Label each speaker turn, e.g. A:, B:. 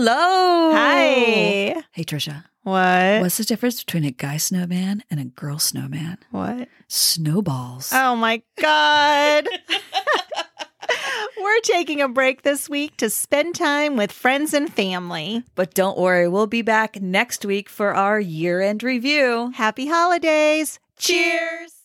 A: Hello.
B: Hi.
A: Hey, Trisha.
B: What?
A: What's the difference between a guy snowman and a girl snowman?
B: what?
A: Snowballs.
B: Oh my God. We're taking a break this week to spend time with friends and family.
A: But don't worry, we'll be back next week for our year end review.
B: Happy holidays. Cheers.